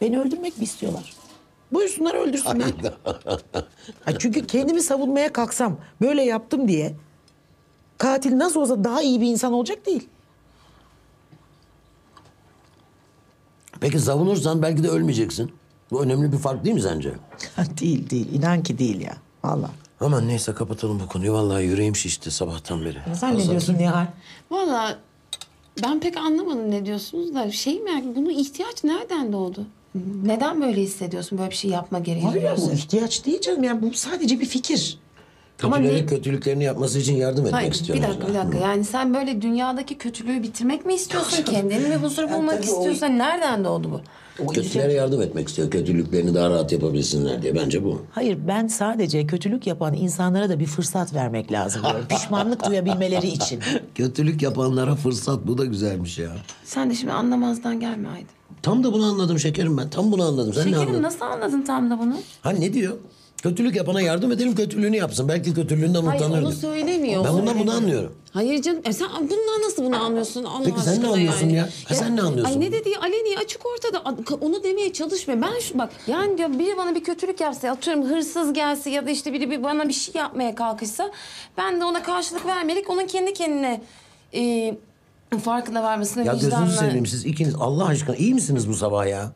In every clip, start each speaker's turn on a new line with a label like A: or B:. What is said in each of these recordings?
A: Beni öldürmek mi istiyorlar? Buyursunlar öldürsünler. Ay çünkü kendimi savunmaya kalksam böyle yaptım diye katil nasıl olsa daha iyi bir insan olacak değil.
B: Peki savunursan belki de ölmeyeceksin. Bu önemli bir fark değil mi sence?
A: değil değil inan ki değil ya. Valla.
B: Aman neyse kapatalım bu konuyu. Vallahi yüreğim şişti sabahtan beri.
A: Sen ne diyorsun Nihal?
C: Valla ben pek anlamadım ne diyorsunuz da şey mi yani bunu ihtiyaç nereden doğdu? Neden böyle hissediyorsun böyle bir şey yapma gereği
A: Hayır
C: duyuyorsun?
A: bu ihtiyaç değil canım yani bu sadece bir fikir.
C: Ama
B: Kötülerin
C: ne-
B: kötülüklerini yapması için yardım etmek
C: Hayır, bir
B: istiyorum.
C: dakika bir
B: yani.
C: dakika yani sen böyle dünyadaki kötülüğü bitirmek mi istiyorsun kendini ve huzur bulmak
B: tabii o-
C: istiyorsan nereden doğdu bu?
B: Kötülere yardım etmek istiyor. Kötülüklerini daha rahat yapabilsinler diye. Bence bu.
A: Hayır ben sadece kötülük yapan insanlara da bir fırsat vermek lazım diyorum. Pişmanlık duyabilmeleri için.
B: Kötülük yapanlara fırsat. Bu da güzelmiş ya.
C: Sen de şimdi anlamazdan gelme Aydın.
B: Tam da bunu anladım şekerim ben. Tam bunu anladım. Sen ne
C: Şekerim
B: anladın?
C: nasıl anladın tam da bunu?
B: Ha ne diyor? Kötülük yapana yardım edelim kötülüğünü yapsın. Belki kötülüğünden
C: Hayır
B: utanır.
C: onu
B: diyor.
C: söylemiyor.
B: Ben bundan bunu anlıyorum.
C: Hayır canım e sen bundan nasıl bunu anlıyorsun Allah
B: Peki sen ne
C: aşkına
B: anlıyorsun
C: yani?
B: ya? Ha, sen ne anlıyorsun?
C: Ay ne dediği aleni açık ortada A- onu demeye çalışmıyor. Ben şu bak yani diyor biri bana bir kötülük yapsa atıyorum hırsız gelse ya da işte biri bir bana bir şey yapmaya kalkışsa ben de ona karşılık vermelik onun kendi kendine e, farkına varmasını
B: Ya
C: vicdanla.
B: gözünüzü seveyim siz ikiniz Allah aşkına iyi misiniz bu sabah ya?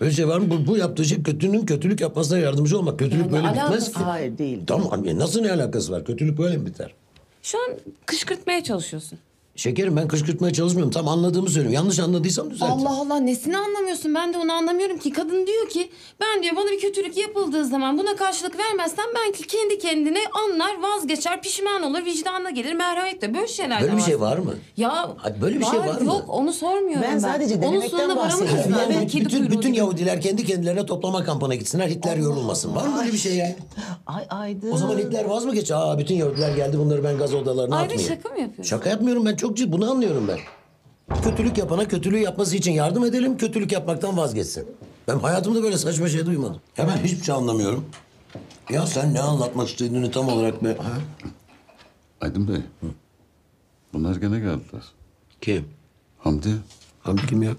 B: Böyle şey var mı? Bu, bu yaptığı şey kötünün kötülük yapmasına yardımcı olmak. Kötülük
C: Yani
B: böyle
C: alakası
B: bitmez ki.
C: var.
A: Hayır değil.
B: Tamam abi nasıl ne alakası var? Kötülük böyle mi biter?
C: Şu an kışkırtmaya çalışıyorsun.
B: Şekerim ben kışkırtmaya çalışmıyorum. Tam anladığımı söylüyorum. Yanlış anladıysam düzeltin.
C: Allah Allah nesini anlamıyorsun ben de onu anlamıyorum ki. Kadın diyor ki ben diyor bana bir kötülük yapıldığı zaman buna karşılık vermezsem ben ki kendi kendine anlar vazgeçer pişman olur vicdanına gelir merhametle böyle şeyler de
B: Böyle bir şey var mı?
C: Ya
B: Ay, böyle bir şey var mı?
C: Yok onu sormuyorum
A: Ben
C: ben.
A: sadece
C: Onun
A: denemekten
C: sonuna varamayız
A: bahsediyorum.
C: zaten.
A: Evet,
C: Kedi
B: bütün,
C: kuyruğu
B: bütün
C: gibi.
B: Yahudiler kendi kendilerine toplama kampına gitsinler. Hitler yorulmasın. Var mı böyle bir şey ya?
A: Ay Aydın.
B: O zaman Hitler vaz mı geçer? Aa bütün Yahudiler geldi bunları ben gaz odalarına
C: Aydın
B: atmayayım.
C: şaka mı yapıyorsun?
B: Şaka yapmıyorum ben çok ciddi bunu anlıyorum ben. Kötülük yapana kötülüğü yapması için yardım edelim, kötülük yapmaktan vazgeçsin. Ben hayatımda böyle saçma şey duymadım. Ya ben hiçbir şey anlamıyorum. Ya sen ne anlatmak istediğini tam olarak be... Ha?
D: Aydın Bey. Bunlar gene geldiler.
B: Kim?
D: Hamdi.
B: Hamdi kim ya?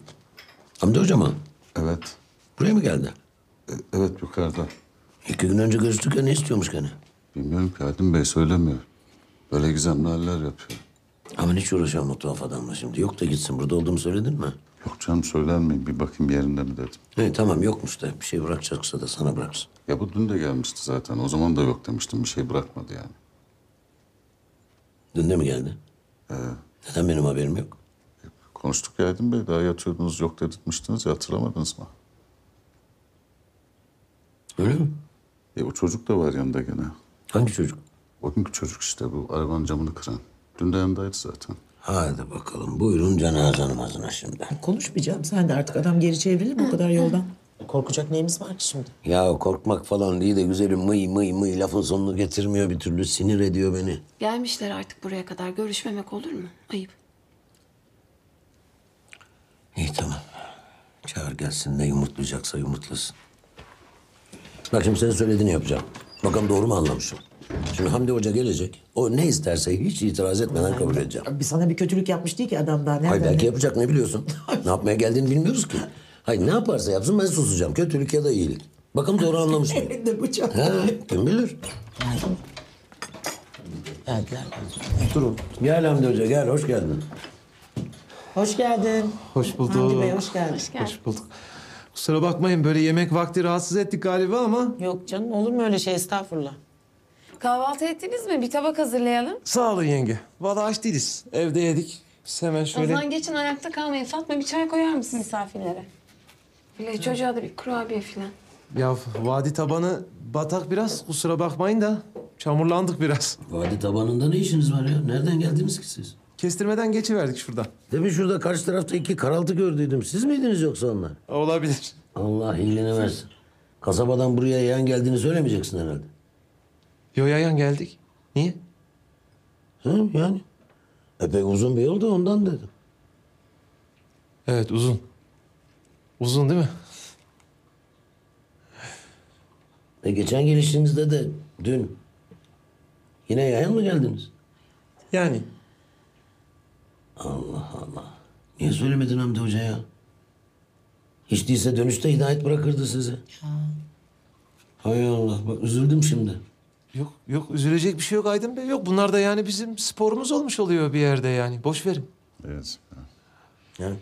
B: Hamdi Hoca mı?
D: Evet.
B: Buraya mı geldi?
D: E- evet yukarıda.
B: İki gün önce görüştük ya ne istiyormuş gene?
D: Bilmiyorum ki Aydın Bey söylemiyor. Böyle gizemli haller yapıyor.
B: Aman hiç uğraşamam o tuhaf adamla şimdi. Yok da gitsin burada olduğumu söyledin mi?
D: Yok canım söylenmeyin bir bakayım yerinde mi dedim.
B: He, tamam yokmuş da bir şey bırakacaksa da sana bıraksın.
D: Ya bu dün de gelmişti zaten. O zaman da yok demiştim. Bir şey bırakmadı yani.
B: Dün de mi geldi? Neden benim haberim yok?
D: Konuştuk ya Aydın Bey. Daha yatıyordunuz yok dedirtmiştiniz ya hatırlamadınız mı?
B: Öyle mi?
D: E o çocuk da var yanında gene.
B: Hangi çocuk?
D: O günkü çocuk işte bu arabanın camını kıran. Dün de yanındaydı zaten.
B: Hadi bakalım buyurun cenaze namazına şimdi.
A: Konuşmayacağım sen de artık adam geri çevrilir mi o kadar yoldan? Korkacak neyimiz var ki şimdi?
B: Ya korkmak falan değil de güzelim mıy mıy mıy lafın sonunu getirmiyor bir türlü sinir ediyor beni.
C: Gelmişler artık buraya kadar görüşmemek olur mu? Ayıp.
B: İyi tamam. Çağır gelsin ne yumurtlayacaksa yumurtlasın. Bak şimdi senin söylediğini yapacağım. Bakalım doğru mu anlamışım? Şimdi Hamdi Hoca gelecek. O ne isterse hiç itiraz etmeden kabul edeceğim.
A: Bir sana bir kötülük yapmış değil ki adam daha. Nereden?
B: Hayır belki yapacak ne biliyorsun? ne yapmaya geldiğini bilmiyoruz ki. Hayır ne yaparsa yapsın ben susacağım. Kötülük ya da iyilik. Bakalım doğru anlamış mıyım?
A: Elinde bıçak.
B: Ha, kim bilir?
A: Verdiler.
B: Durun. Gel Hamdi Hoca gel hoş geldin.
A: Hoş geldin.
E: Hoş bulduk.
A: Hamdi Bey hoş geldin.
E: Hoş bulduk. Kusura bakmayın böyle yemek vakti rahatsız ettik galiba ama.
A: Yok canım olur mu öyle şey estağfurullah.
C: Kahvaltı ettiniz mi? Bir tabak hazırlayalım.
E: Sağ olun yenge. Valla aç değiliz. Evde yedik. Biz hemen
C: O
E: şöyle...
C: zaman geçin ayakta kalmayın. Fatma bir çay koyar mısın misafirlere? Bile çocuğa da bir kurabiye falan.
E: Ya vadi tabanı batak biraz. Kusura bakmayın da çamurlandık biraz.
B: Vadi tabanında ne işiniz var ya? Nereden geldiniz ki siz?
E: Kestirmeden geçiverdik şuradan.
B: Demin şurada karşı tarafta iki karaltı gördüydüm. Siz miydiniz yoksa onlar?
E: Olabilir.
B: Allah iyiliğini versin. Kasabadan buraya yan geldiğini söylemeyeceksin herhalde.
E: Yo yayan geldik. Niye?
B: Hı yani? Epey uzun bir yol da ondan dedim.
E: Evet uzun. Uzun değil mi?
B: E geçen gelişinizde de dün yine yayan mı geldiniz?
E: Yani
B: Niye söylemedin Hamdi Hoca ya? Hiç değilse dönüşte hidayet bırakırdı sizi. Hay Allah bak üzüldüm şimdi.
E: Yok yok üzülecek bir şey yok Aydın Bey. Yok bunlar da yani bizim sporumuz olmuş oluyor bir yerde yani. Boş verin.
D: Evet.
B: Ya.